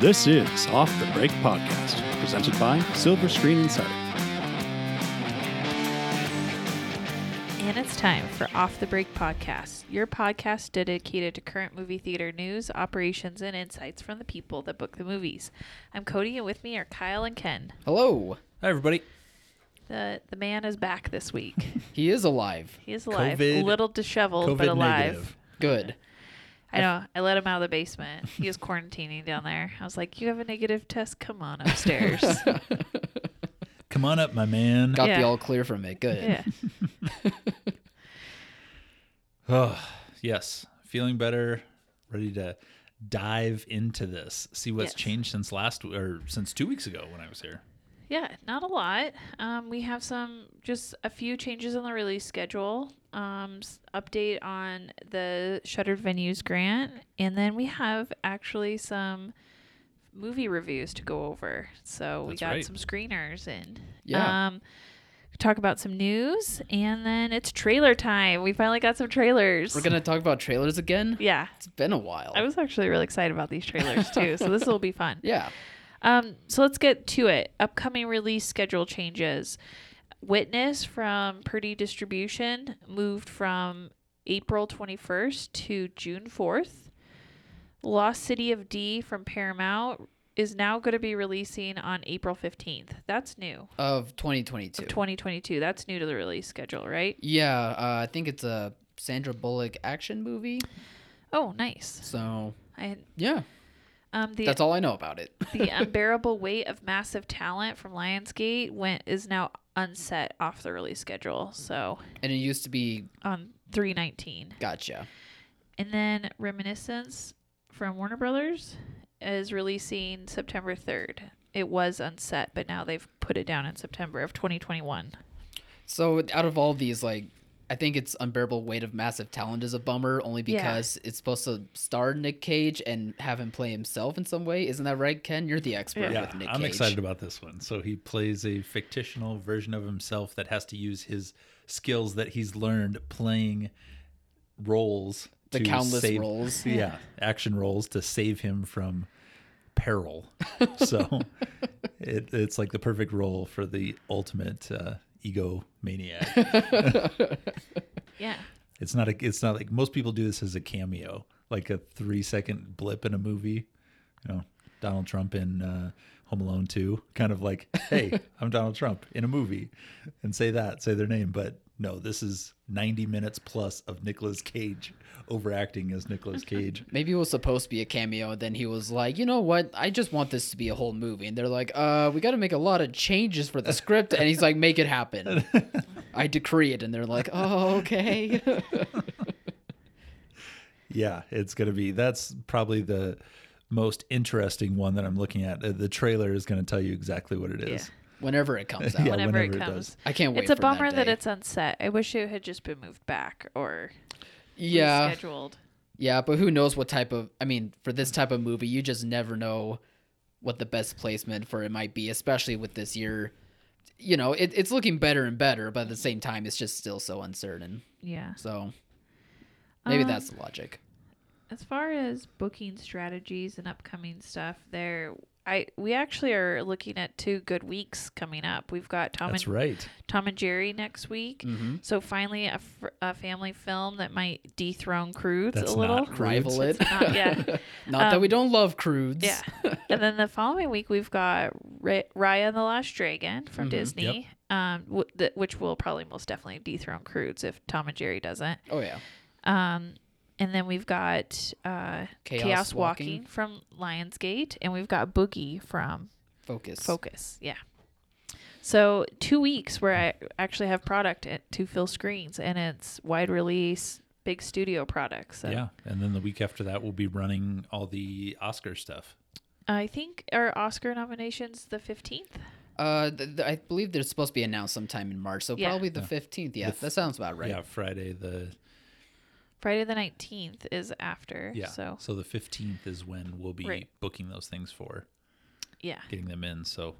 This is Off the Break Podcast, presented by Silver Screen Insider. And it's time for Off the Break Podcast, your podcast dedicated to current movie theater news, operations, and insights from the people that book the movies. I'm Cody, and with me are Kyle and Ken. Hello. Hi, everybody. The the man is back this week. He is alive. He is alive, a COVID- little disheveled, but COVID alive. negative. Good. I know. I let him out of the basement. He was quarantining down there. I was like, "You have a negative test. Come on upstairs." Come on up, my man. Got Yeah. the all clear from it. Good. yeah. Oh, yes, feeling better. Ready to dive into this. See what's Yes. changed since last w- or since two weeks ago when I was here. Yeah, not a lot. Um, we have some, just a few changes on the release schedule. Um, s- update on the Shuttered Venues grant, and then we have actually some movie reviews to go over. So we That's got right. some screeners in. Yeah. Um, talk about some news, and then it's trailer time. We finally got some trailers. We're gonna talk about trailers again. yeah. It's been a while. I was actually really excited about these trailers too, so this will be fun. yeah. Um, so let's get to it. Upcoming release schedule changes. Witness from Purdy Distribution moved from April 21st to June 4th. Lost City of D from Paramount is now going to be releasing on April 15th. That's new. Of 2022. 2022. That's new to the release schedule, right? yeah. Uh, I think it's a Sandra Bullock action movie. Oh, nice. So I yeah, um the that's all I know about it. the unbearable weight of massive talent from Lionsgate went is now unset off the release schedule. So And it used to be on 319. Gotcha. And then Reminiscence from Warner Brothers is releasing September 3rd. It was unset, but now they've put it down in September of 2021. So out of all these, like, I think it's unbearable weight of massive talent is a bummer only Yeah. because it's supposed to star Nick Cage and have him play himself in some way. Isn't that right, Ken? You're the expert Yeah. with Nick I'm Cage. excited about this one. So he plays a fictional version of himself that has to use his skills that he's learned playing roles, the to countless save- roles. yeah, action roles to save him from peril. So it, it's like the perfect role for the ultimate uh, ego maniac. Yeah. It's not a, it's not like most people do this as a cameo, like a three second blip in a movie. You know, Donald Trump in uh, Home Alone Two, kind of like, hey, I'm Donald Trump in a movie, and say that, say their name, but. No, this is 90 minutes plus of Nicolas Cage overacting as Nicolas Cage. Maybe it was supposed to be a cameo, and then he was like, you know what? I just want this to be a whole movie. And they're like, uh, we got to make a lot of changes for the script. And he's like, make it happen. I decree it. And they're like, oh, okay. Yeah, it's going to be. That's probably the most interesting one that I'm looking at. Uh, The trailer is going to tell you exactly what it is. Whenever it comes out. Yeah. Whenever, it whenever it comes. does. I can't wait It's a for bummer that, day. it's unset. I wish it had just been moved back or yeah. rescheduled. Yeah, but who knows what type of I mean, for this type of movie, you just never know what the best placement for it might be, especially with this year. You know, it, it's looking better and better, but at the same time, it's just still so uncertain. Yeah. So maybe Um, that's the logic. As far as booking strategies and upcoming stuff, there I we actually are looking at two good weeks coming up. We've got Tom That's and right. Tom and Jerry next week. Mm-hmm. So finally, a, f- a family film that might dethrone Crudes That's a little. not Crude. Rival it. Not yet. Not that we don't love um, crudes. Yeah. and then the following week, we've got Ra- Raya and the Last Dragon from Mhm. Mm-hmm. Disney, um, w- th- which will probably most definitely dethrone Crudes if Tom and Jerry doesn't. Oh yeah. Um, and then we've got uh, Chaos Chaos, Walking. Walking. from Lionsgate, and we've got Boogie from Focus. Focus. Yeah. So two weeks where I actually have product at, to fill screens, and it's wide release, big studio products. So Yeah. And then the week after that, we'll be running all the Oscar stuff. I think our Oscar nominations the fifteenth. Uh, th- th- I believe they're supposed to be announced sometime in March, so Yeah. probably the fifteenth. Yeah, The f- that sounds about right. Yeah, Friday the Friday the nineteenth is after. yeah. So the 15th is when we'll be Right. booking those things for yeah. getting them in. So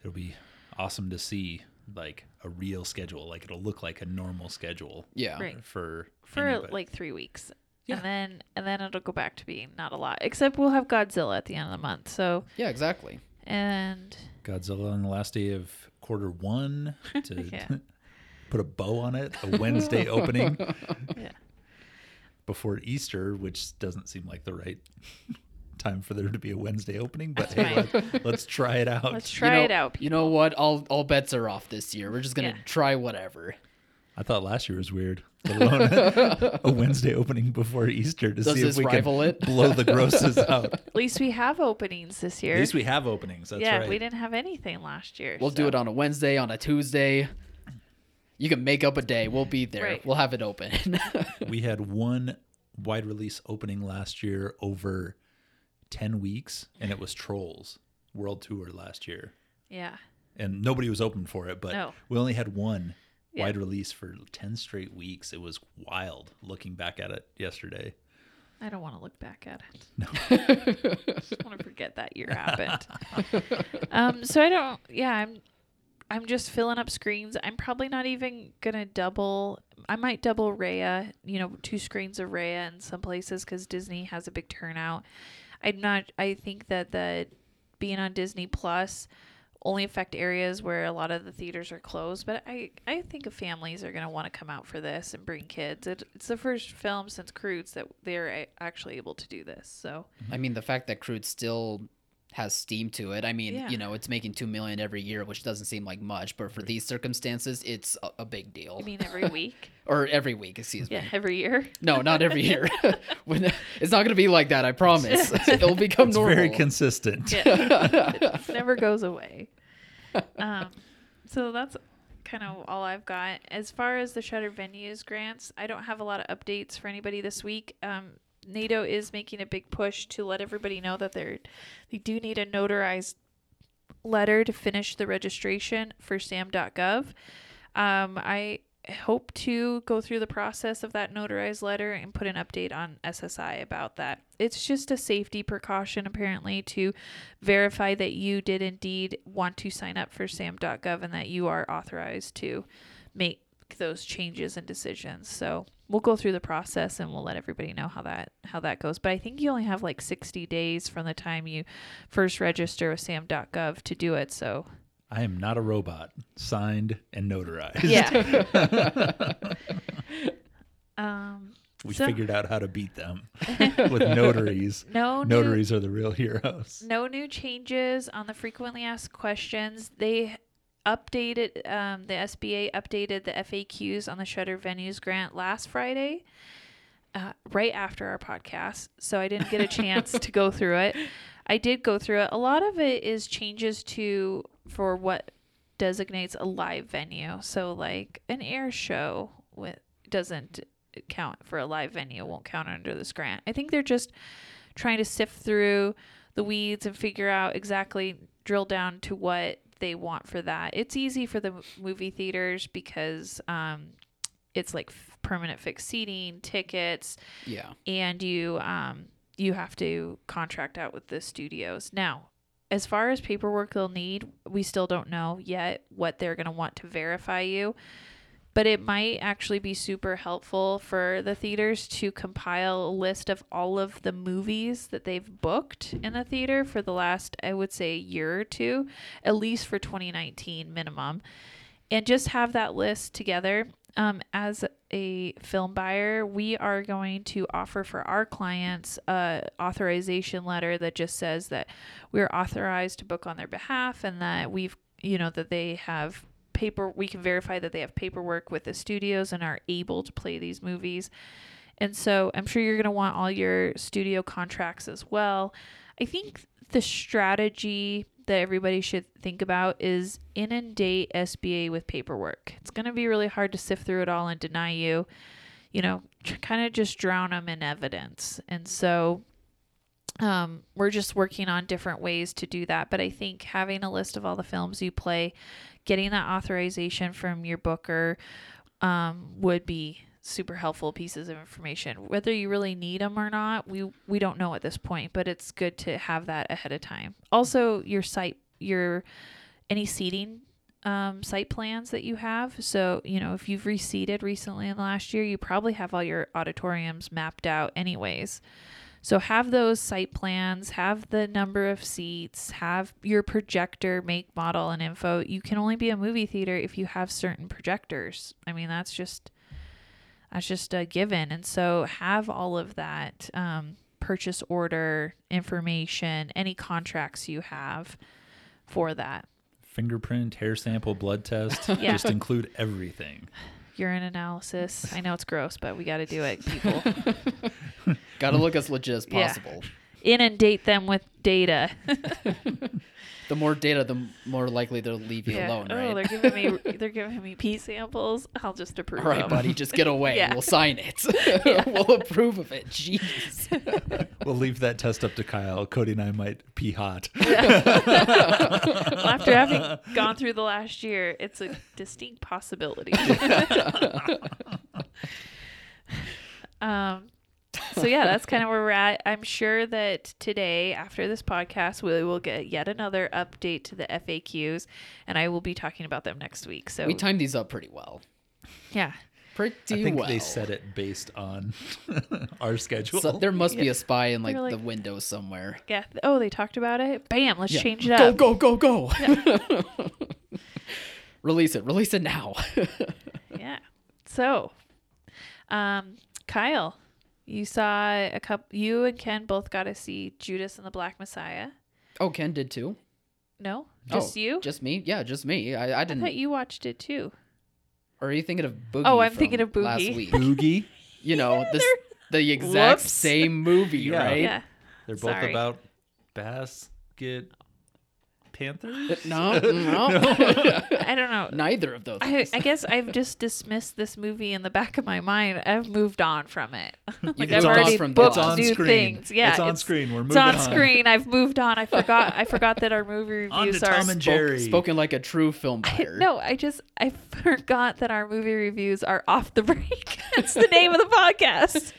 it'll be awesome to see like a real schedule. Like it'll look like a normal schedule Yeah. Right. for For anybody. like three weeks. and then and then it'll go back to being not a lot. Except we'll have Godzilla at the end of the month. So Yeah, exactly. and Godzilla on the last day of quarter one to Yeah. put a bow on it, a Wednesday opening yeah. before Easter, which doesn't seem like the right time for there to be a Wednesday opening, but That's hey, let, us try it out. Let's You try know- it out. You know what? All all bets are off this year. We're just gonna Yeah. try whatever. I thought last year was weird, let alone a Wednesday opening before Easter to Does see if this we can rival it? blow the grosses out. At least we have openings this year. At least we have openings. That's yeah, right. we didn't have anything last year. We'll do it on a Wednesday, on a Tuesday. You can make up a day. We'll be there. Right. We'll have it open. we had one wide release opening last year over 10 weeks and it was trolls world tour last year Yeah. and nobody was open for it but No. we only had one Yeah. wide release for 10 straight weeks it was wild looking back at it yesterday I don't want to look back at it. No. just want to forget that year happened. um, so I don't. Yeah, I'm. I'm just filling up screens. I'm probably not even gonna double. I might double Raya. You know, two screens of Raya in some places because Disney has a big turnout. I'm not. I think that the being on Disney Plus only affect areas where a lot of the theaters are closed. But I, I think families are going to want to come out for this and bring kids. It, it's the first film since Crudes that they're a- actually able to do this. So I mean, the fact that crude still has steam to it. I mean, Yeah. you know, it's making two million every year, which doesn't seem like much, but for these circumstances, it's a, a big deal. I mean, every week, or every week, excuse yeah, me. every year. No, not every year. when, it's not going to be like that. I promise. It'll become it's normal. very consistent Yeah. it never goes away. Um, so that's kind of all I've got. As far as the Shutter Venues grants, I don't have a lot of updates for anybody this week. Um, NATO is making a big push to let everybody know that they're they do need a notarized letter to finish the registration for SAM.gov. Um, I hope to go through the process of that notarized letter and put an update on SSI about that. It's just a safety precaution, apparently, to verify that you did indeed want to sign up for SAM.gov and that you are authorized to make those changes and decisions. So we'll go through the process and we'll let everybody know how that how that goes. But I think you only have like 60 days from the time you first register with SAM.gov to do it. So i am not a robot signed and notarized yeah. um, we So- figured out how to beat them with notaries Oh, no new, notaries are the real heroes no new changes on the frequently asked questions. They updated um, the SBA updated the FAQs on the Shutter Venues grant last Friday. Uh, right after our podcast, so I didn't get a chance to go through it. I did go through it. A lot of it is changes to for what designates a live venue. So like an air show with doesn't count for a live venue, won't count under this grant. I think they're just trying to sift through the weeds and figure out exactly drill down to what they want for that. It's easy for the m- movie theaters because um, it's like f- permanent fixed seating, tickets, yeah. and you um you have to contract out with the studios now as far as paperwork they'll need we still don't know yet what they're going to want to verify you but it might actually be super helpful for the theaters to compile a list of all of the movies that they've booked in the theater for the last i would say year or two at least for 2019 minimum and just have that list together. Um, as a film buyer, we are going to offer for our clients a authorization letter that just says that we're authorized to book on their behalf and that we've, you know, that they have paper. We can verify that they have paperwork with the studios and are able to play these movies. And so I'm sure you're going to want all your studio contracts as well. I think the strategy that everybody should think about is inundate SBA with paperwork. It's going to be really hard to sift through it all and deny you. You know, kind of just drown them in evidence. And so um, we're just working on different ways to do that. But I think having a list of all the films you play, getting that authorization from your booker um, would be super helpful pieces of information. Whether you really need them or not, we we don't know at this point, but it's good to have that ahead of time. Also, your site, your any seating um, site plans that you have. So, you know, if you've reseeded recently in the last year, you probably have all your auditoriums mapped out, anyways. So, have those site plans, have the number of seats, have your projector, make, model, and info. You can only be a movie theater if you have certain projectors. I mean, that's just that's just a given. And so have all of that um, purchase order information, any contracts you have for that. Fingerprint, hair sample, blood test. Yeah. Just include everything. Urine analysis. I know it's gross, but we got to do it, people. Gotta look as legit as Yeah. possible. Inundate them with data. The more data, the more likely they'll leave you Yeah. alone, oh, right? they're giving me they're giving me pee samples. I'll just approve. All right, them. buddy, just get away. Yeah. We'll sign it. we'll approve of it. Jeez. We'll leave that test up to Kyle. Cody and I might pee hot. Well, after having gone through the last year, it's a distinct possibility. um, so yeah, that's kind of where we're at. I'm sure that today, after this podcast, we will get yet another update to the FAQs, and I will be talking about them next week. So We timed these up pretty well. yeah, Pretty I think well. they set it based on our schedule. So there must be a spy in like, They're the like- window somewhere. yeah. Oh, they talked about it. Bam! Let's Yeah. change it go, up. Go, go, go, release it. Release it now. Yeah. So, um, Kyle, you saw a couple. You and Ken both got to see Judas and the Black Messiah. oh, Ken did too. No, just Oh, you. Just me? Yeah, just me. I, I I didn't. thought you watched it too. or are you thinking of Boogie? Oh, I'm from thinking of Last Boogie. week. Boogie. You know, this, the exact Whoops. same movie, Yeah. right? Yeah. They're both Sorry. about basket panthers. Uh, No, no. I don't know. Neither of those. I, I guess I've just dismissed this movie in the back of my mind. I've moved on from it. like moved I've on already from booked it's on new screen. things. Yeah, it's on screen. We're It's moving on screen. I've moved on. I forgot. I forgot that our movie On to reviews are Tom and Jerry. Spoken like a true film buyer. No, I just I forgot that our movie reviews are off the break. That's the name of the podcast.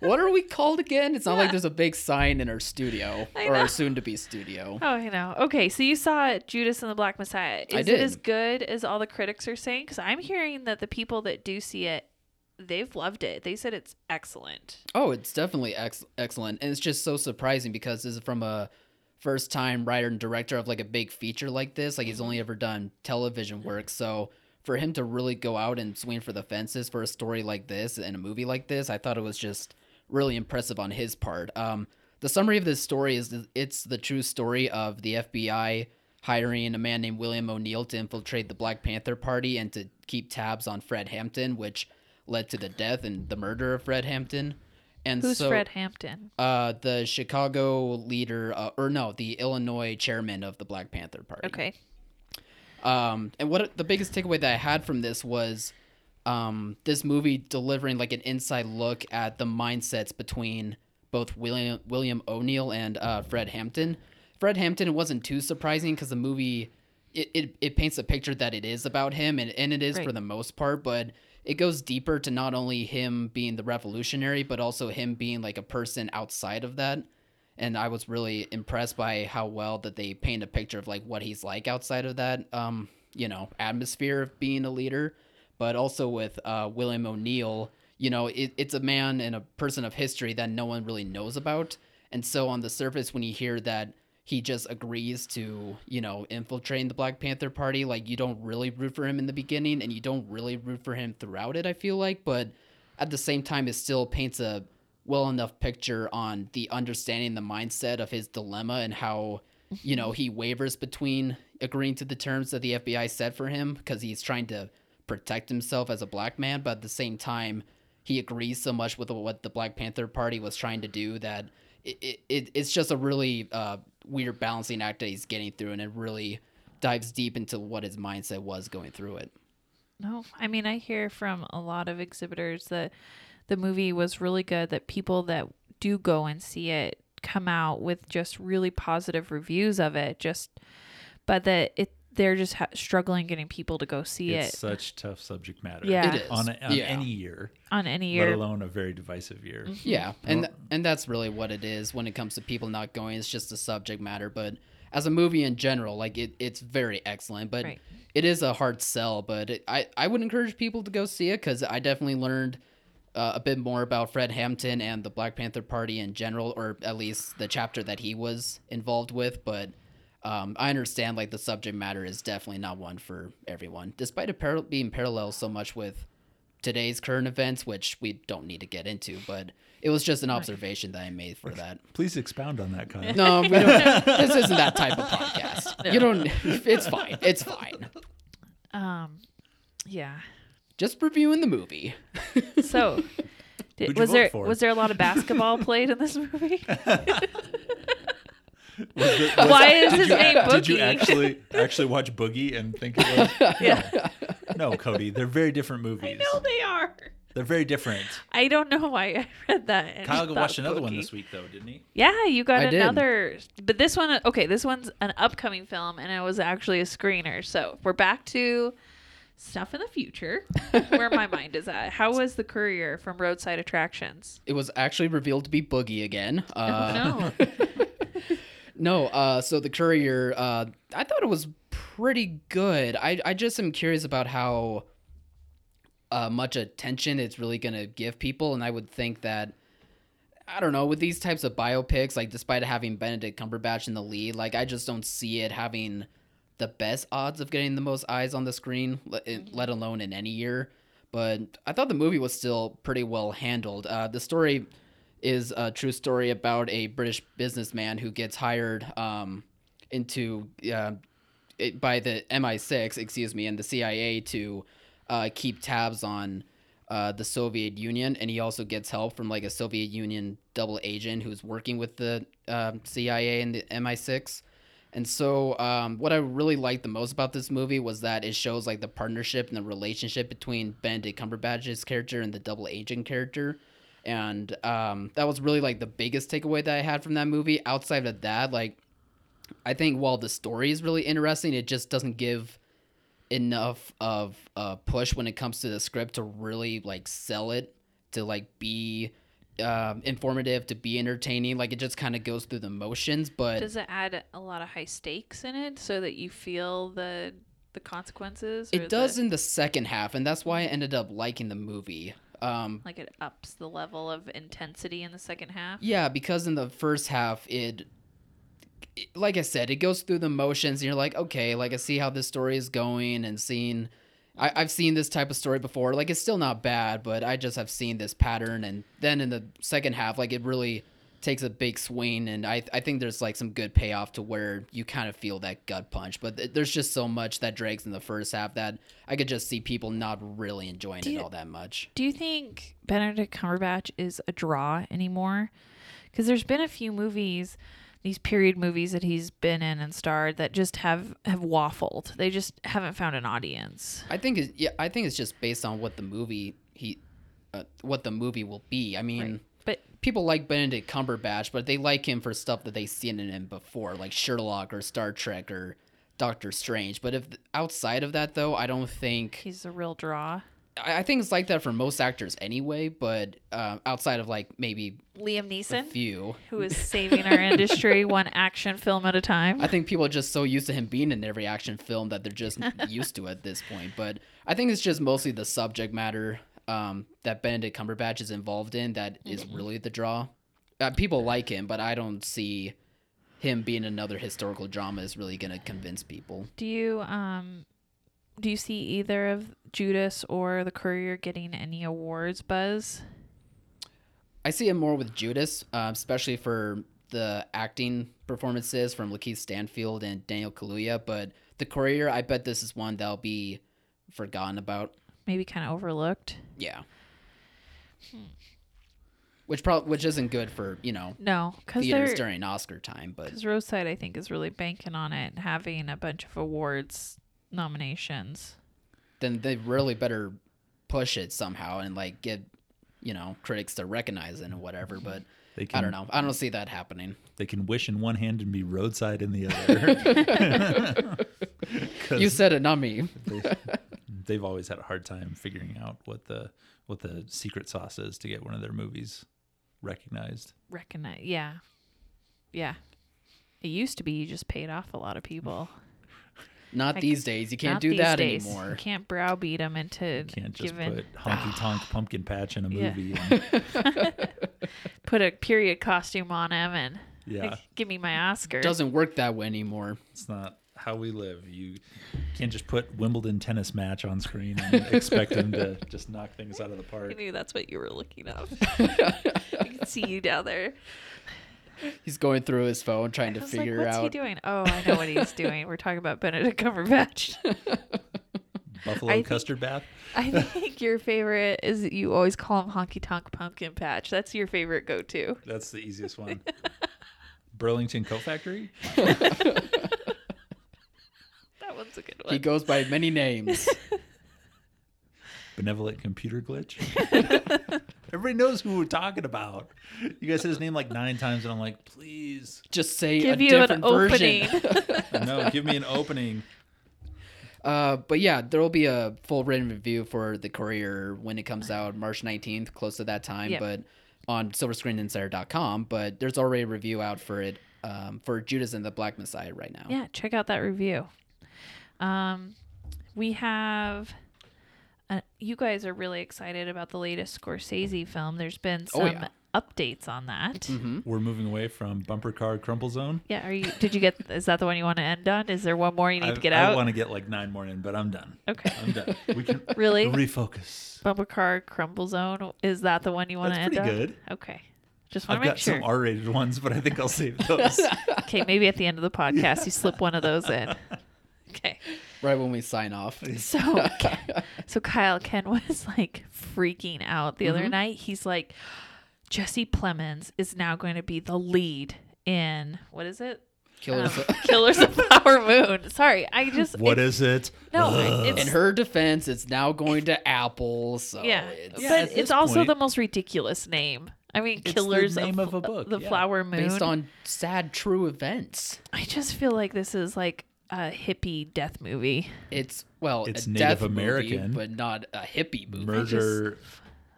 What are we called again? It's not like there's a big sign in our studio I or know. our soon-to-be studio. Oh, I know. Okay, so you saw Judas and the Black Messiah. Is I it did. as good as all the critics are saying? Because I'm hearing that the people that do see it, they've loved it. They said it's excellent. Oh, it's definitely ex- excellent, and it's just so surprising because this is from a first-time writer and director of like a big feature like this. Like he's only ever done television work, so for him to really go out and swing for the fences for a story like this and a movie like this, I thought it was just really impressive on his part. Um, the summary of this story is th- it's the true story of the FBI hiring a man named William O'Neill to infiltrate the Black Panther Party and to keep tabs on Fred Hampton, which led to the death and the murder of Fred Hampton. And Who's so, Fred Hampton? Uh, the Chicago leader, uh, or no, the Illinois chairman of the Black Panther Party. Okay. Um, and what the biggest takeaway that I had from this was um, this movie delivering like an inside look at the mindsets between both William William O'Neill and uh, Fred Hampton. Fred Hampton wasn't too surprising because the movie it, it, it paints a picture that it is about him and, and it is for Right. the most part, but it goes deeper to not only him being the revolutionary, but also him being like a person outside of that and I was really impressed by how well that they paint a picture of like what he's like outside of that, um, you know, atmosphere of being a leader. But also with uh, William O'Neill, you know, it, it's a man and a person of history that no one really knows about. And so on the surface, when you hear that he just agrees to, you know, infiltrating the Black Panther Party, like you don't really root for him in the beginning, and you don't really root for him throughout it. I feel like, but at the same time, it still paints a well enough picture on the understanding the mindset of his dilemma and how you know he wavers between agreeing to the terms that the FBI set for him because he's trying to protect himself as a black man but at the same time he agrees so much with what the Black Panther party was trying to do that it, it- it it's just a really uh, weird balancing act that he's getting through and it really dives deep into what his mindset was going through it No, I mean I hear from a lot of exhibitors that the movie was really good. That people that do go and see it come out with just really positive reviews of it. Just, but that it they're just ha- struggling getting people to go see It's it such tough subject matter. Yeah. It is. On, a, on Yeah. any year, on any let year. Mm-hmm. alone a very divisive year. Yeah, and th- and that's really what it is when it comes to people not going. It's just a subject matter, but as a movie in general, like it, it's very excellent. But Right. it is a hard sell. But it, I I would encourage people to go see it because I definitely learned. Uh, a bit more about Fred Hampton and the Black Panther Party in general, or at least the chapter that he was involved with. But um, I understand like the subject matter is definitely not one for everyone, despite it par- being parallel so much with today's current events, which we don't need to get into. But it was just an observation that I made for that. Please expound on that, Kyle. No, we don't, this isn't that type of podcast. You don't. It's fine. It's fine. Um, yeah. Just reviewing the movie. So, did, Who'd you was vote there for? was there a lot of basketball played in this movie? Was the- was- Why is his you- name Boogie? Did you actually actually watch Boogie and think it was? yeah, No, Cody. They're very different movies. no, they are. They're very different. I don't know why I read that. and Kyle thought watched another one Boogie. this week, though, didn't he? Yeah, you got I did. another, but this one, uh, okay, this one's an upcoming film, and it was actually a screener. So we're back to stuff in the future, where my mind is at. How was the courier from Roadside Attractions? It was actually revealed to be Boogie again. Uh, no, No, uh, so the courier, uh, I thought it was pretty good. I, I just am curious about how uh, much attention it's really going to give people. And I would think that, I don't know, with these types of biopics, like despite having Benedict Cumberbatch in the lead, like I just don't see it having the best odds of getting the most eyes on the screen, let, let alone in any year. But I thought the movie was still pretty well handled. Uh, the story is a true story about a British businessman who gets hired um, into uh, it, by the MI6, excuse me, and the CIA to uh, keep tabs on uh, the Soviet Union, and he also gets help from like a Soviet Union double agent who's working with the um CIA and the MI6. And so, um, what I really liked the most about this movie was that it shows like the partnership and the relationship between Benedict Cumberbatch's character and the double agent character. And um, that was really like the biggest takeaway that I had from that movie. Outside of that, like I think while the story is really interesting, it just doesn't give enough of a push when it comes to the script to really like sell it, to like be um, informative, to be entertaining. Like it just kind of goes through the motions. But does it add a lot of high stakes in it so that you feel the the consequences? or it does The, in the second half, and that's why I ended up liking the movie. Um, like it ups the level of intensity in the second half. Yeah, because in the first half, it, it- like I said, it goes through the motions. And you're like, okay, like I see how this story is going, and seeing, I, I've seen this type of story before. Like it's still not bad, but I just have seen this pattern. And then in the second half, like it really takes a big swing, and I I think there's like some good payoff to where you kind of feel that gut punch. But th- there's just so much that drags in the first half that I could just see people not really enjoying Do it you- all that much. Do you think Benedict Cumberbatch is a draw anymore? Because there's been a few movies, these period movies that he's been in and starred that just have have waffled. They just haven't found an audience. I think it's, yeah, I think it's just based on what the movie he, uh, what the movie will be. I mean, But people like Benedict Cumberbatch, but they like him for stuff that they've seen in him before, like Sherlock or Star Trek or Doctor Strange. But if outside of that, though, I don't think he's a real draw. I, I think it's like that for most actors anyway. But uh, outside of like maybe Liam a Neeson, few, who is saving our industry one action film at a time. I think people are just so used to him being in every action film that they're just used to at this point. But I think it's just mostly the subject matter um, that Benedict Cumberbatch is involved in that is really the draw. Uh, people like him, but I don't see him being another historical drama is really going to convince people. Do you um do you see either of Judas or The Courier getting any awards buzz? I see it more with Judas, um, especially for the acting performances from Lakeith Stanfield and Daniel Kaluuya. But the courier, I bet this is one that'll be forgotten about. Maybe kind of overlooked. Yeah. Which prob- which isn't good for you know No, because theaters they're during Oscar time, but Because Roadside, I think, is really banking on it having a bunch of awards nominations. then they really better push it somehow and like get you know critics to recognize it and whatever. Mm-hmm. But They can, I don't know. I don't see that happening. They can wish in one hand and be roadside in the other. 'Cause You said it, not me. they, they've always had a hard time figuring out what the what the secret sauce is to get one of their movies recognized. Recognize, yeah, yeah. It used to be you just paid off a lot of people. Not I these days. You can't Not do these that days. You anymore. can't browbeat them into Can't just giving put honky tonk pumpkin patch in a Ah. Yeah. movie. and- put a period costume on him and Yeah. like, give me my Oscar. Doesn't work that way anymore. it's not how we live. You can't just put Wimbledon tennis match on screen and expect him to just knock things out of the I park. knew that's what you were looking up. I can see you down there. He's going through his phone trying to I was figure like, what's out. he doing? Oh, I know what he's doing. We're talking about Benedict Cumberbatch. Buffalo I think- custard bath. I think your favorite is that you always call him Honky Tonk Pumpkin Patch. That's your favorite go-to. That's the easiest one. Burlington Coat Factory. That one's a good He one. goes by many names. Benevolent computer glitch. Everybody knows who we're talking about. You guys said his name like nine times, and I'm like, please, Just say Give a you different an version. opening. no, give me an opening. Uh, but yeah, there will be a full written review for the Courier when it comes out March 19th, close to that time, Yep. but on silverscreeninsider.com. But there's already a review out for it um, for Judas and the Black Messiah right now. yeah, check out that review. Um, we have. Uh, you guys are really excited about the latest Scorsese film. There's been some Oh, yeah. updates on that. We're moving away from bumper car crumple zone. Yeah, are you? Did you get? Is that the one you want to end on? Is there one more you need I, to get out? want to get like nine more in, but I'm done. Okay. I'm done. We can Really? refocus. Bumper Car Crumble Zone. Is that the one you want to end That's pretty on? good. Okay. Just want I've to make got sure. some R-rated ones, but I think I'll save those. okay, maybe at the end of the podcast you slip one of those in. Okay. Right when we sign off. So so Kyle Ken was like freaking out the other night. He's like Jesse Plemons is now going to be the lead in what is it? Oh. Um, Killers. Killers of Flower Moon. Sorry, I just What it- is it? no, Ugh. it's In her defense, it's now going to Apple. So yeah, it's Yeah, at but this it's also point- the most ridiculous name. I mean, the Killers name of, of a book, the yeah. Flower Moon. based on sad, true events. I just feel like this is like a hippie death movie. It's, well, It's a Native death movie, American. but not a hippie movie. murder.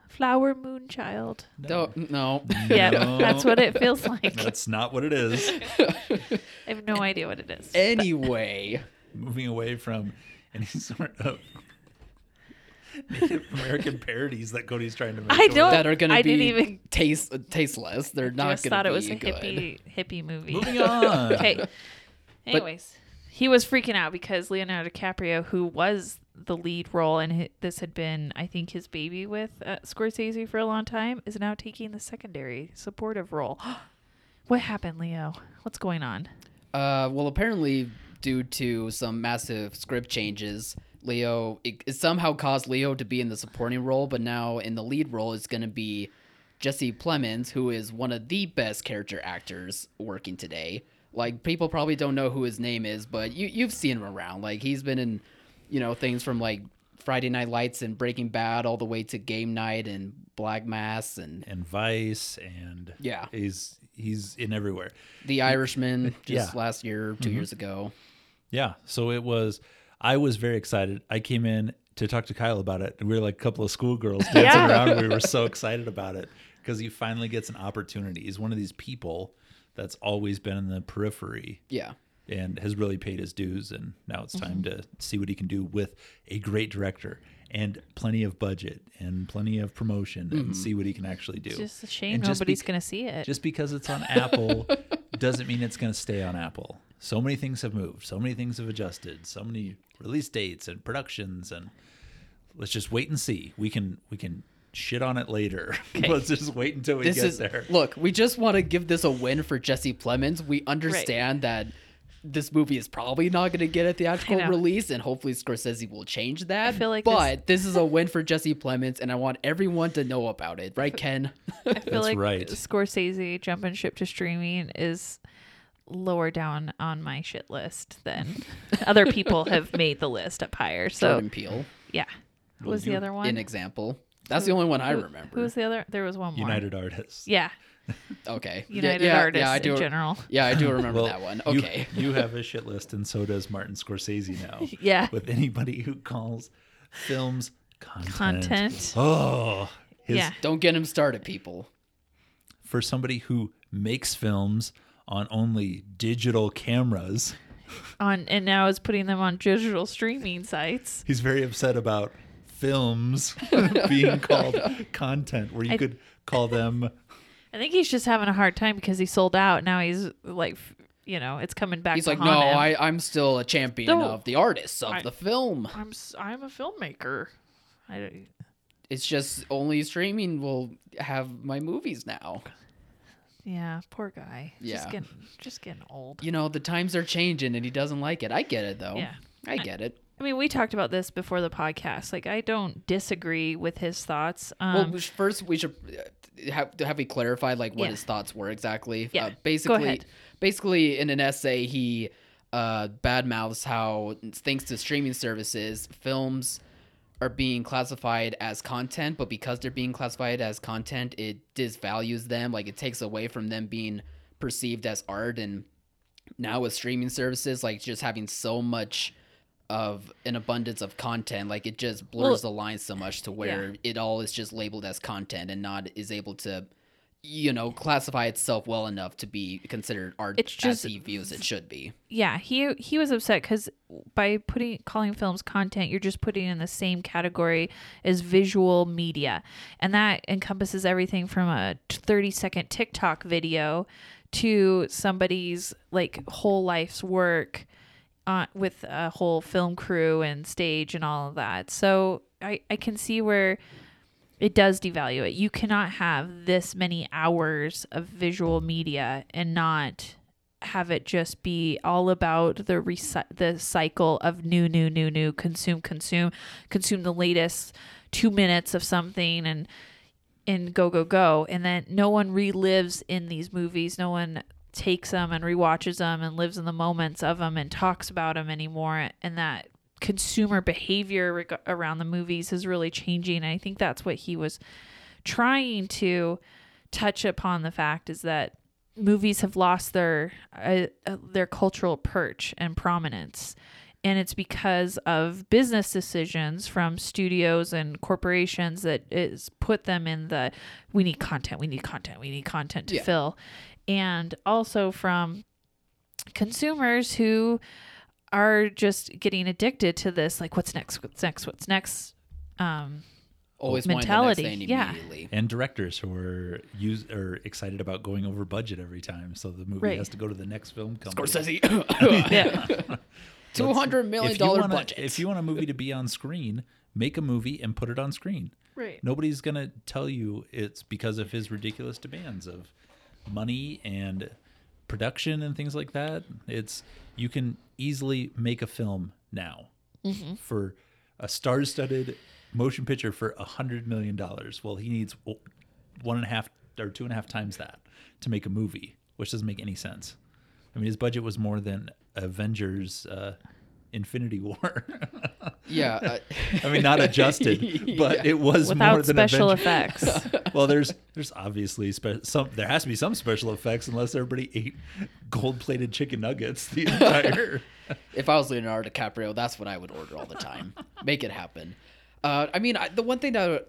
Flower Moon Child. Don't- no. Yeah, No. that's what it feels like. That's not what it is. I have no idea what it is. Anyway. Moving away from any sort of Native American parodies that Cody's trying to make. I don't. that are going I to be didn't even. taste tasteless. They're not going to just be thought it was a good. hippie hippie movie. Moving on. Okay. Anyways, he was freaking out because Leonardo DiCaprio, who was the lead role, and hi- this had been, I think, his baby with uh, Scorsese for a long time, is now taking the secondary supportive role. what happened, Leo? What's going on? Uh, well, apparently, due to some massive script changes, Leo it, it somehow caused Leo to be in the supporting role, but now in the lead role is going to be Jesse Plemons, who is one of the best character actors working today. Like people probably don't know who his name is, but you you've seen him around. Like he's been in, you know, things from like Friday Night Lights and Breaking Bad, all the way to Game Night and Black Mass and And Vice and Yeah. he's he's in everywhere. The Irishman just Yeah. last year, Mm-hmm. 2 years ago. Yeah. So it was. I was very excited. I came in to talk to Kyle about it. and We were like a couple of schoolgirls dancing Yeah. around. We were so excited about it because he finally gets an opportunity. He's one of these people that's always been in the periphery Yeah. and has really paid his dues. And now it's time Mm-hmm. to see what he can do with a great director and plenty of budget and plenty of promotion and see what he can actually do. It's Mm-hmm. just a shame And just nobody's bec- going to see it. just because it's on Apple doesn't mean it's going to stay on Apple. So many things have moved. So many things have adjusted. So many release dates and productions and let's just wait and see. We can we can shit on it later. let's just wait until we This get is there. look. We just want to give this a win for Jesse Plemons. We understand that this movie is probably not going to get a theatrical know. release, and hopefully Scorsese will change that. feel like this- but this... is a win for Jesse Plemons, and I want everyone to know about it, right, Ken? I feel That's like right. Scorsese jumping ship to streaming is lower down on my shit list than other people have made the list up higher. So Jordan Peele, yeah, what was the you- other one? an example. That's the only one I Who- remember. Who was the other? There was one more. United Artists. Yeah, Okay, Yeah, United yeah, yeah, Artists I do, in general. Yeah, I do remember Well, that one. you- Okay, You, have a shit list, and so does Martin Scorsese now. Yeah. With anybody who calls films content. Content. Oh, his yeah. don't get him started, people. for somebody who makes films on only digital cameras. on and now is putting them on digital streaming sites. He's very upset about films being called content where you I- could call them I think he's just having a hard time because he sold out. Now he's like, f- you know, it's coming back. He's like, to haunt no, him. I, I'm still a champion No. of the artists of I- the film. I'm s- I'm a filmmaker. I don't- It's just only streaming will have my movies now. yeah, poor guy. Just Yeah. getting just getting old. You know, the times are changing and he doesn't like it. I get it though. Yeah. I get it. I mean, we talked about this before the podcast. Like, I don't disagree with his thoughts. Um, Well, we sh- first we should uh, have have we clarified like what Yeah. his thoughts were exactly. Yeah. Uh, Go basically, ahead. basically in an essay he uh, badmouths how thanks to streaming services, films are being classified as content, but because they're being classified as content, it disvalues them. Like it takes away from them being perceived as art and now with streaming services like just having so much of an abundance of content like it just blurs Well- the line so much to where it all is just labeled as content and not is able to you know classify itself well enough to be considered art It's just- as he views it should be yeah, he he was upset because by putting calling films content, you're just putting in the same category as visual media, and that encompasses everything from a 30 second TikTok video to somebody's like whole life's work uh, with a whole film crew and stage and all of that. So I I can see where it does devalue it. You cannot have this many hours of visual media and not have it just be all about the reci- the cycle of new, new, new, new, consume, consume, consume the latest two minutes of something and and go, go, go. And then no one relives in these movies. No one takes them and rewatches them and lives in the moments of them and talks about them anymore. And that consumer behavior reg- around the movies is really changing. And I think that's what he was trying to touch upon the fact is that movies have lost their uh, uh, their cultural perch and prominence and it's because of business decisions from studios and corporations that is put them in the we need content we need content we need content to Yeah. fill and also from consumers who are just getting addicted to this like what's next what's next what's next um always Mentality, wanting the yeah. next thing immediately and directors who are use are excited about going over budget every time, so the movie Right. has to go to the next film company. Scorsese yeah two hundred If million you, dollar want budget if you want a movie to be on screen, make a movie and put it on screen. right Nobody's gonna tell you it's because of his ridiculous demands of money and production and things like that. It's you can easily make a film now Mm-hmm. for a star-studded motion picture for a hundred million dollars. Well, he needs o- one and a half or two and a half times that to make a movie, which doesn't make any sense. I mean, his budget was more than Avengers: uh, Infinity War. yeah uh, I mean, not adjusted, but it was more without than special Avengers effects well, there's there's obviously spe- some there has to be some special effects unless everybody ate gold plated chicken nuggets the entire. If I was Leonardo DiCaprio, that's what I would order all the time. Make it happen. Uh, I mean, I, the one thing that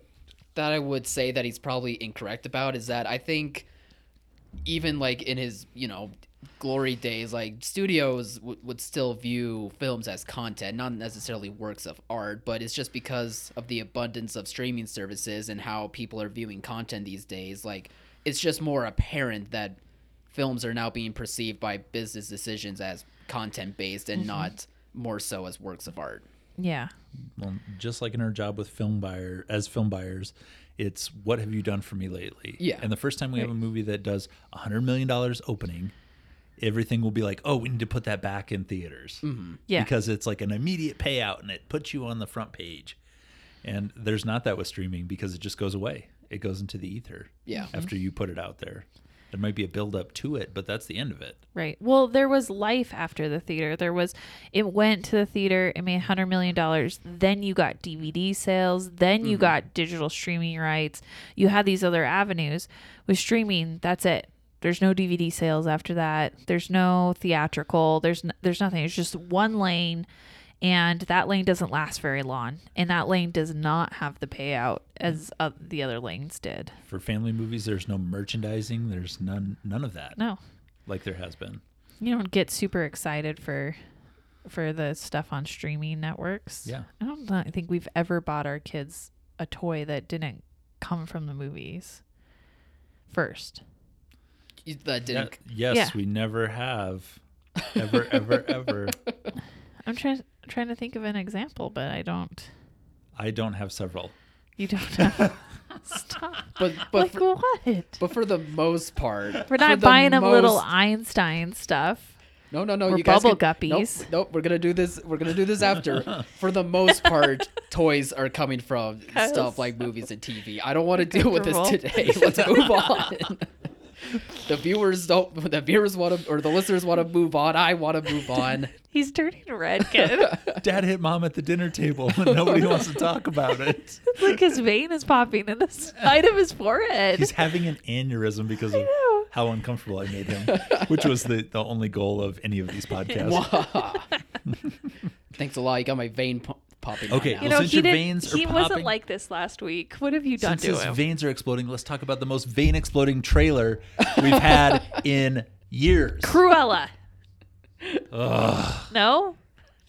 that I would say that he's probably incorrect about is that I think even like in his you know glory days, like studios w- would still view films as content, not necessarily works of art, but it's just because of the abundance of streaming services and how people are viewing content these days. Like, it's just more apparent that films are now being perceived by business decisions as content based Mm-hmm. and not more so as works of art. yeah well, just like in our job with film buyer as film buyers, it's what have you done for me lately? Yeah. And the first time we have a movie that does hundred million dollars opening, everything will be like, oh, we need to put that back in theaters. Mm-hmm. yeah because it's like an immediate payout and it puts you on the front page. And there's not that with streaming because it just goes away. It goes into the ether. Yeah. After you put it out there. There might be a build up to it, but that's the end of it. Right. Well, there was life after the theater. There was, it went to the theater. It made hundred million dollars. Then you got DVD sales. Then you got digital streaming rights. You had these other avenues. With streaming, that's it. There's no DVD sales after that. There's no theatrical. There's n- there's nothing. It's just one lane, and that lane doesn't last very long. And that lane does not have the payout as uh, the other lanes did. For family movies, there's no merchandising. There's none none of that. No. like there has been. You don't get super excited for for the stuff on streaming networks. Yeah. I don't know- I think we've ever bought our kids a toy that didn't come from the movies first. You- That didn't. Yeah, yes, Yeah. we never have. Ever, ever, ever. I'm trying trying to think of an example, but I don't. I don't have several. You don't have. Stop. But but like for, what? but for the most part, We're not for the buying them little most- Einstein stuff. No, no, no. We're you guys bubble can- guppies. Nope, nope, we're gonna do this. We're gonna do this after. For the most part, toys are coming from Kyle's stuff like movies and TV. I don't want to deal with this miserable. today. Let's move on. the viewers don't. The viewers want to, or the listeners want to move on. I want to move on. He's turning red, kid. Dad hit mom at the dinner table and nobody wants to talk about it. like his vein is popping in the side of his forehead. He's having an aneurysm because of know. how uncomfortable I made him, which was the, the only goal of any of these podcasts. Thanks a lot. You got my vein po- popping. Okay, Out you well, know, since he your didn't. veins are he wasn't popping- like this last week. What have you done Since to his him? veins are exploding, let's talk about the most vein exploding trailer we've had in years. Cruella. No,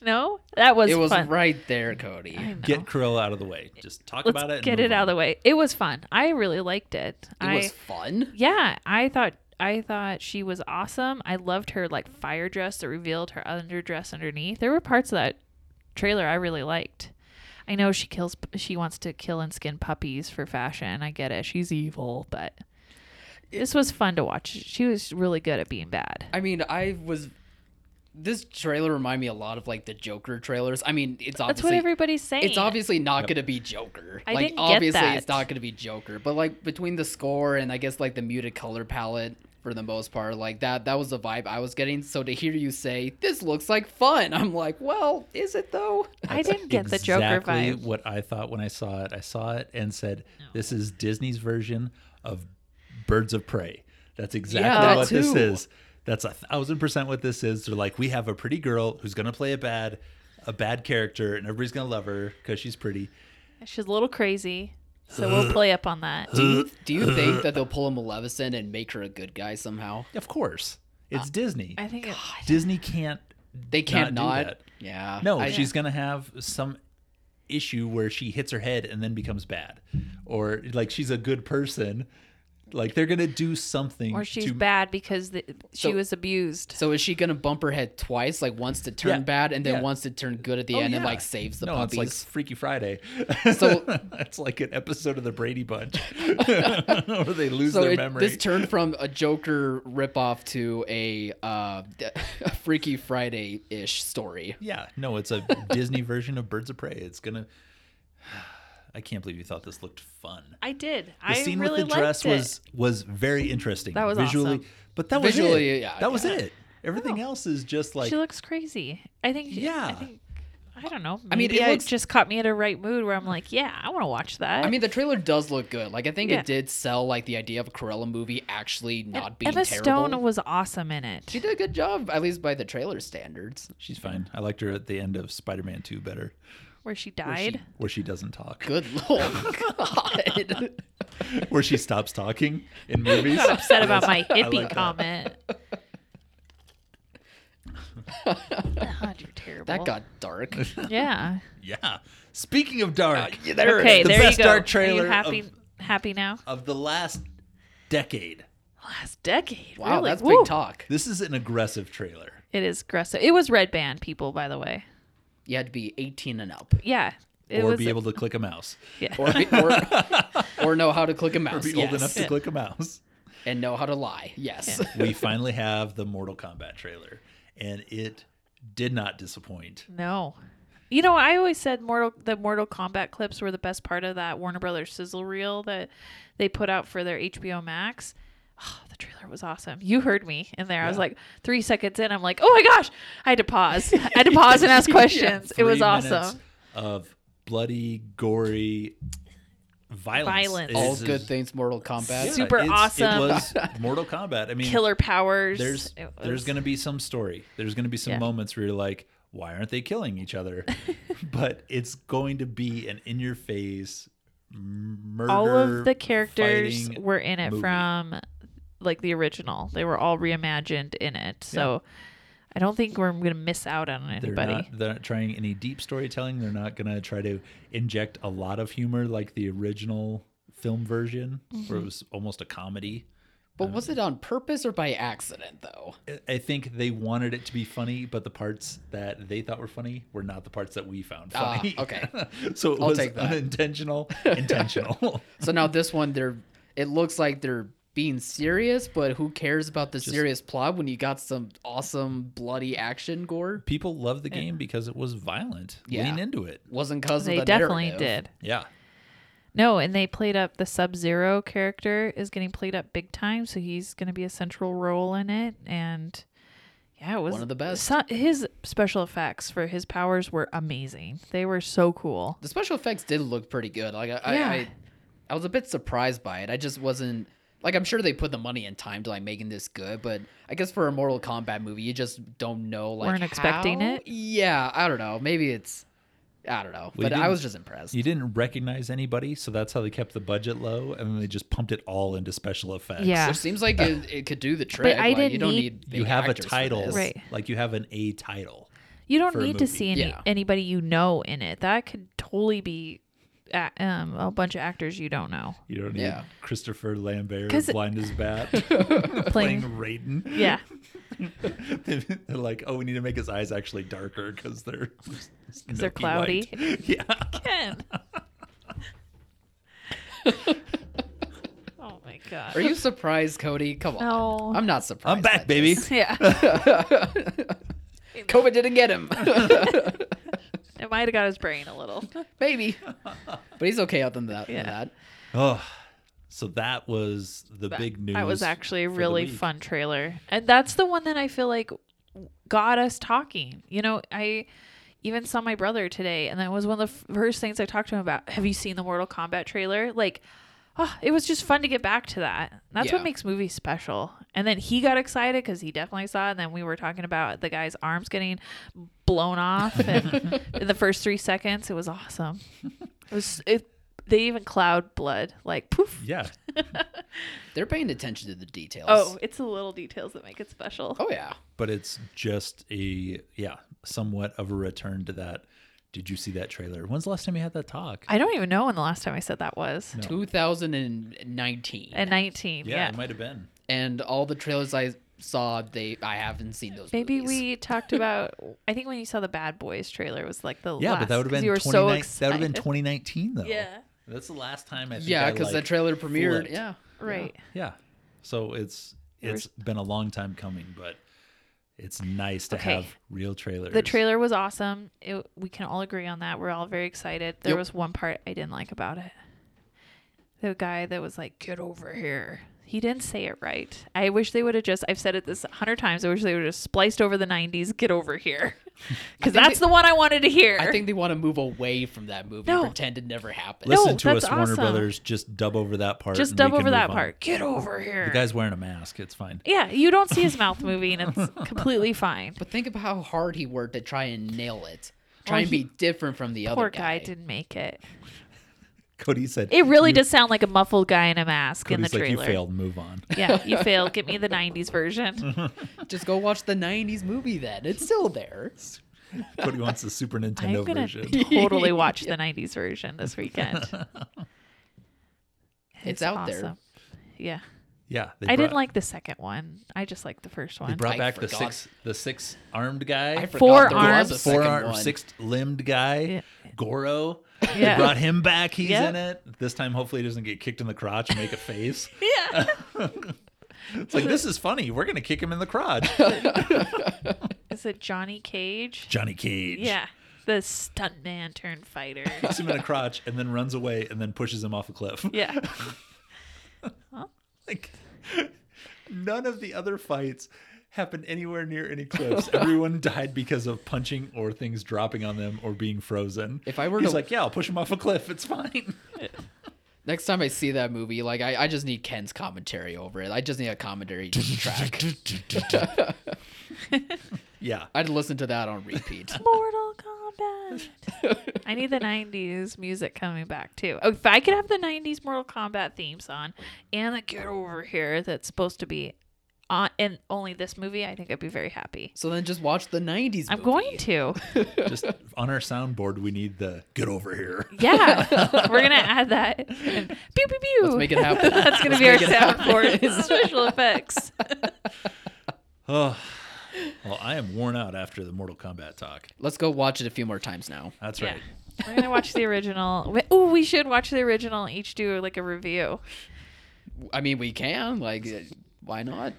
no, that was it was fun. right there, Cody. I know. Get Cruella out of the way. Just talk Let's about it. and get move it out of on. the way. It was fun. I really liked it. It I was fun. yeah, I thought I thought she was awesome. I loved her like fire dress that revealed her underdress underneath. There were parts of that trailer I really liked. I know she kills. She wants to kill and skin puppies for fashion. I get it. She's evil, but this was fun to watch. She was really good at being bad. I mean, I was. This trailer reminded me a lot of like the Joker trailers. I mean, it's obviously That's what everybody's saying. It's obviously not going to be Joker. I like didn't get obviously that. it's not going to be Joker, but like between the score and I guess like the muted color palette for the most part, like that that was the vibe I was getting. So to hear you say this looks like fun, I'm like, well, is it though? I didn't get the Joker exactly vibe. what I thought when I saw it. I saw it and said, "This is Disney's version of Birds of Prey." That's exactly Yeah, that what this too. is. That's a thousand percent what this is. They're like, we have a pretty girl who's gonna play a bad, a bad character, and everybody's gonna love her because she's pretty. She's a little crazy, so we'll play up on that. Do you, do you think that they'll pull a Maleficent and make her a good guy somehow? Of course, it's Disney. Uh, I think it, Disney can't. They can't Not do not. that. Yeah. No, I- she's gonna have some issue where she hits her head and then becomes bad, or like she's a good person. Like they're gonna do something. or she's to bad because the, she So- was abused. So is she gonna bump her head twice, like once to turn Yeah, bad and then yeah. once to turn good at the Oh, end and yeah. like saves the no, puppies? it's like Freaky Friday. So- it's like an episode of the Brady Bunch where they lose so their it- memory. this turned from a Joker ripoff to a, uh, a Freaky Friday ish story. yeah, no, it's a Disney version of Birds of Prey. It's gonna. I can't believe you thought this looked fun. I did. The I scene really with the dress liked it. was was very interesting. That was visually, awesome. Oh. but that was Visually, it. yeah, that was yeah. it. Everything else is just like she looks crazy. I think. I Yeah. think. I don't know. Maybe I mean, it it looks- just caught me at a right mood where I'm like, yeah, I want to watch that. I mean, the trailer does look good. Like, I think Yeah. it did sell like the idea of a Cruella movie actually not being E-, Emma terrible. Stone was awesome in it. she did a good job, at least by the trailer standards. she's fine. I liked her at the end of Spider Man Two better, Where she where she, died. where she doesn't talk, Good lord, God. where she stops talking in movies. Got upset about my I hippie like that. comment. God, you're terrible. that got dark. Yeah. Yeah. Speaking of dark, Uh, Yeah, there Okay, the there best you go. dark trailer Are you happy? of- Happy now? of the last decade. Last decade. Wow, really. that's Woo. big talk. This is an aggressive trailer. It is aggressive. It was red band people, by the way. You had to be 18 and up, Yeah. It or was, be able to click a mouse. Yeah. or be, or, or know how to click a mouse, Be yes. old enough to Yeah. click a mouse. and know how to lie, yes. We finally have the Mortal Kombat trailer, and it did not disappoint. No. You know, I always said Mortal the Mortal Kombat clips were the best part of that Warner Brothers sizzle reel that they put out for their HBO Max. Oh, the trailer was awesome. You heard me in there. I was Yeah. like three seconds in. I'm like, oh my gosh! I had to pause. I had to pause and ask questions. it was Three awesome. minutes Of bloody, gory violence. Violence. It All is- good things Mortal Kombat. yeah, Super it's- awesome. It was Mortal Kombat. I mean, Killer powers. there's It was- there's gonna be some story. There's gonna be some Yeah. moments where you're like, why aren't they killing each other? but it's going to be an in your face murder. all of the characters fighting were in it movie. from like the original. They were all reimagined in it. So I don't think we're going to miss out on They're anybody. not they're not trying any deep storytelling. They're not gonna try to inject a lot of humor like the original film version, Mm-hmm. where it was almost a comedy. But was it on purpose or by accident though? I- I think they wanted it to be funny, but the parts that they thought were funny were not the parts that we found Ah, funny. okay. so it I'll was take that. unintentional, intentional. So now this one, they're it looks like they're being serious, but who cares about the serious plot when you got some awesome bloody action gore? People loved the game because it was violent. Yeah. Lean into it. Wasn't because they of the definitely narrative. did. Yeah. No, and they played up the Sub Zero character is getting played up big time, so he's going to be a central role in it. And yeah, it was One of the best. so- his special effects for his powers were amazing. They were so cool. The special effects did look pretty good. Like I, Yeah. I, I, I was a bit surprised by it. I just wasn't like I'm sure they put the money and time to like making this good, but I guess for a Mortal Kombat movie, you just don't know. Like Weren't expecting how- it? Yeah, I don't know. Maybe it's. I don't know, Well, you but I didn't- was just impressed. You didn't recognize anybody, so that's how they kept the budget low, and then they just pumped it all into special effects. Yeah. Which seems like it, it could do the trick. I Like, you didn't don't need- need. You big have a actors for title, this. Right. Like you have an A title. You don't for a need to movie. see any, Yeah. anybody you know in it. That could totally be a, um, a bunch of actors you don't know You don't need Yeah. Christopher Lambert 'Cause- blind as a bat playing playing. Raiden. yeah, they're like, oh, we need to make his eyes actually darker because they're because they're cloudy. Yeah, Ken. oh my god. Are you surprised, Cody? Come on. No. I'm not surprised. I'm by back, baby. this. yeah. COVID didn't get him. It might have got his brain a little. Baby. But he's okay other than that. than Yeah. that. Oh, so that was the big news. That was actually a for the really week. fun trailer. And that's the one that I feel like got us talking. You know, I even saw my brother today, and that was one of the first things I talked to him about. Have you seen the Mortal Kombat trailer? Like, oh, it was just fun to get back to that. That's Yeah. what makes movies special. And then he got excited because he definitely saw it. And then we were talking about the guy's arms getting blown off. And in the first three seconds, it was awesome. It was, it, they even cloud blood, like poof. Yeah, They're paying attention to the details. Oh, it's the little details that make it special. Oh, yeah. but it's just a yeah, somewhat of a return to that. Did you see that trailer? When's the last time you had that talk? I don't even know when the last time I said that was. 2019. At 19. yeah, Yeah. it might have been. And all the trailers I saw, they I haven't seen those. Maybe movies. we talked about. I think when you saw the Bad Boys trailer was like the Yeah, last, but that would 'cause have you been were 2019, so that would have been excited. 2019 though. Yeah. that's the last time I think. Yeah, I, because like, that trailer premiered. flipped. Yeah. Right. Yeah. So it's it's been a long time coming, but it's nice to Okay. have real trailers. The trailer was awesome. It, we can all agree on that. We're all very excited. There Yep. was one part I didn't like about it. The guy that was like, "Get over here." He didn't say it right. I wish they would have just. I've said it this a hundred times. I wish they would have spliced over the '90s. Get over here, because that's the one I wanted to hear. I think they want to move away from that movie, No. pretend it never happened. Listen No, to us, that's Warner awesome. Brothers. Just dub over that part. just and we dub can over that move on. part. Get over here. The guy's wearing a mask. It's fine. yeah, you don't see his mouth moving. It's completely fine. But think of how hard he worked to try and nail it. Try Well, and he- be different from the Poor other guy Oh, guy. didn't make it. Cody said, It really "You- does sound like a muffled guy in a mask in the Cody's like, trailer. you failed. Move on. Yeah, you failed. Get me the '90s version. Just go watch the 90s movie then. It's still there. Cody wants the Super Nintendo I'm gonna version. totally watch the '90s version this weekend. It's out there. Yeah, Yeah, they I didn't brought- like the second one. I just liked the first They one. brought I back the forgot. six, the six armed guy, I forgot Four there was a arms. second four-armed, one. six-limbed guy, Yeah. Goro. They Yeah. brought him back. He's Yep. in it. This time, hopefully, he doesn't get kicked in the crotch and make a face. yeah, It's like this is funny. We're gonna kick him in the crotch. is it Johnny Cage? Johnny Cage. Yeah, the stuntman turned fighter. Kicks him in the crotch and then runs away and then pushes him off a cliff. Yeah, Like none of the other fights happened anywhere near any cliffs. Everyone died because of punching or things dropping on them or being frozen. If I were He's to- like, yeah, I'll push him off a cliff. It's fine. Next time I see that movie, like I, I just need Ken's commentary over it. I just need a commentary track. Yeah. I'd listen to that on repeat. Mortal Kombat. I need the 90s music coming back too. Oh, if I could have the 90s Mortal Kombat theme song and the Get Over Here that's supposed to be on and only this movie, I think I'd be very happy. so then just watch the 90s. I'm movie. going to. Just on our soundboard, we need the get over here. Yeah. We're going to add that. And pew, pew, pew. Let's make it happen. That's going to Let's be our make it happen. soundboard. Special effects. Oh, well, I am worn out after the Mortal Kombat talk. Let's go watch it a few more times now. That's Yeah. right. We're going to watch the original. Oh, we should watch the original and each do like a review. I mean, we can. Like, uh, why not?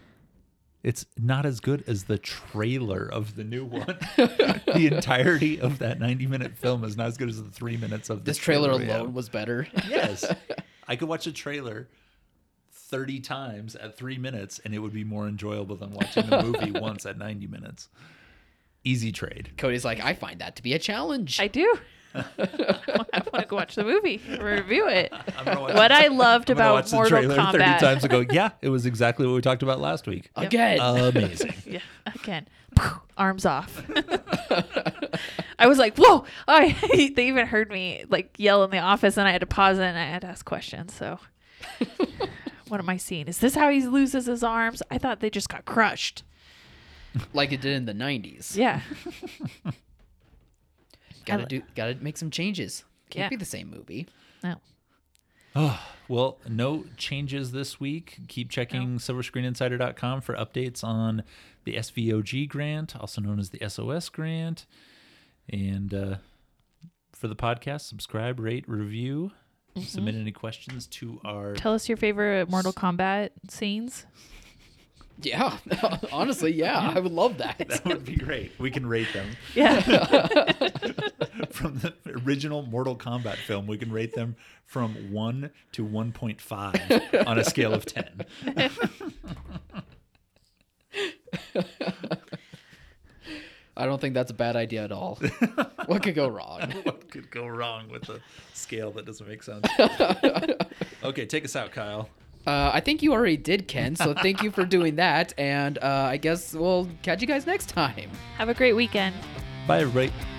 It's not as good as the trailer of the new one. the entirety of that 90 minute film is not as good as the three minutes of the This trailer we alone have. was better. Yes. I could watch a trailer 30 times at three minutes, and it would be more enjoyable than watching the movie once at 90 minutes. Easy trade. Cody's like, I find that to be a challenge. I do. I want to go watch the movie, review it. I'm gonna watch What the- I loved I'm gonna about watch the Mortal trailer 30 Kombat- times ago. Yeah, it was exactly what we talked about last week. Again. Amazing. Yeah, again, arms off. I was like, "Whoa!" I they even heard me like yell in the office, and I had to pause it and I had to ask questions. So, what am I seeing? Is this how he loses his arms? I thought they just got crushed. like it did in the 90s. Yeah, Gotta I- do. Gotta make some changes. Can't Yeah. be the same movie. no, Well, no changes this week. Keep checking silverscreeninsider.com for updates on the SVOG grant, also known as the SOS grant. And uh, for the podcast, subscribe, rate, review, submit any questions to our. Mm-hmm. tell us your favorite Mortal Kombat scenes. Yeah. Honestly, yeah, I would love that. That would be great. We can rate them Yeah, from the original Mortal Kombat film. We can rate them from 1 to 1.5 on a scale of 10. I don't think that's a bad idea at all. what could go wrong? What could go wrong with a scale that doesn't make sense? okay, take us out, Kyle. Uh, I think you already did, Ken. So thank you for doing that. And uh, I guess we'll catch you guys next time. have a great weekend. Bye, everybody.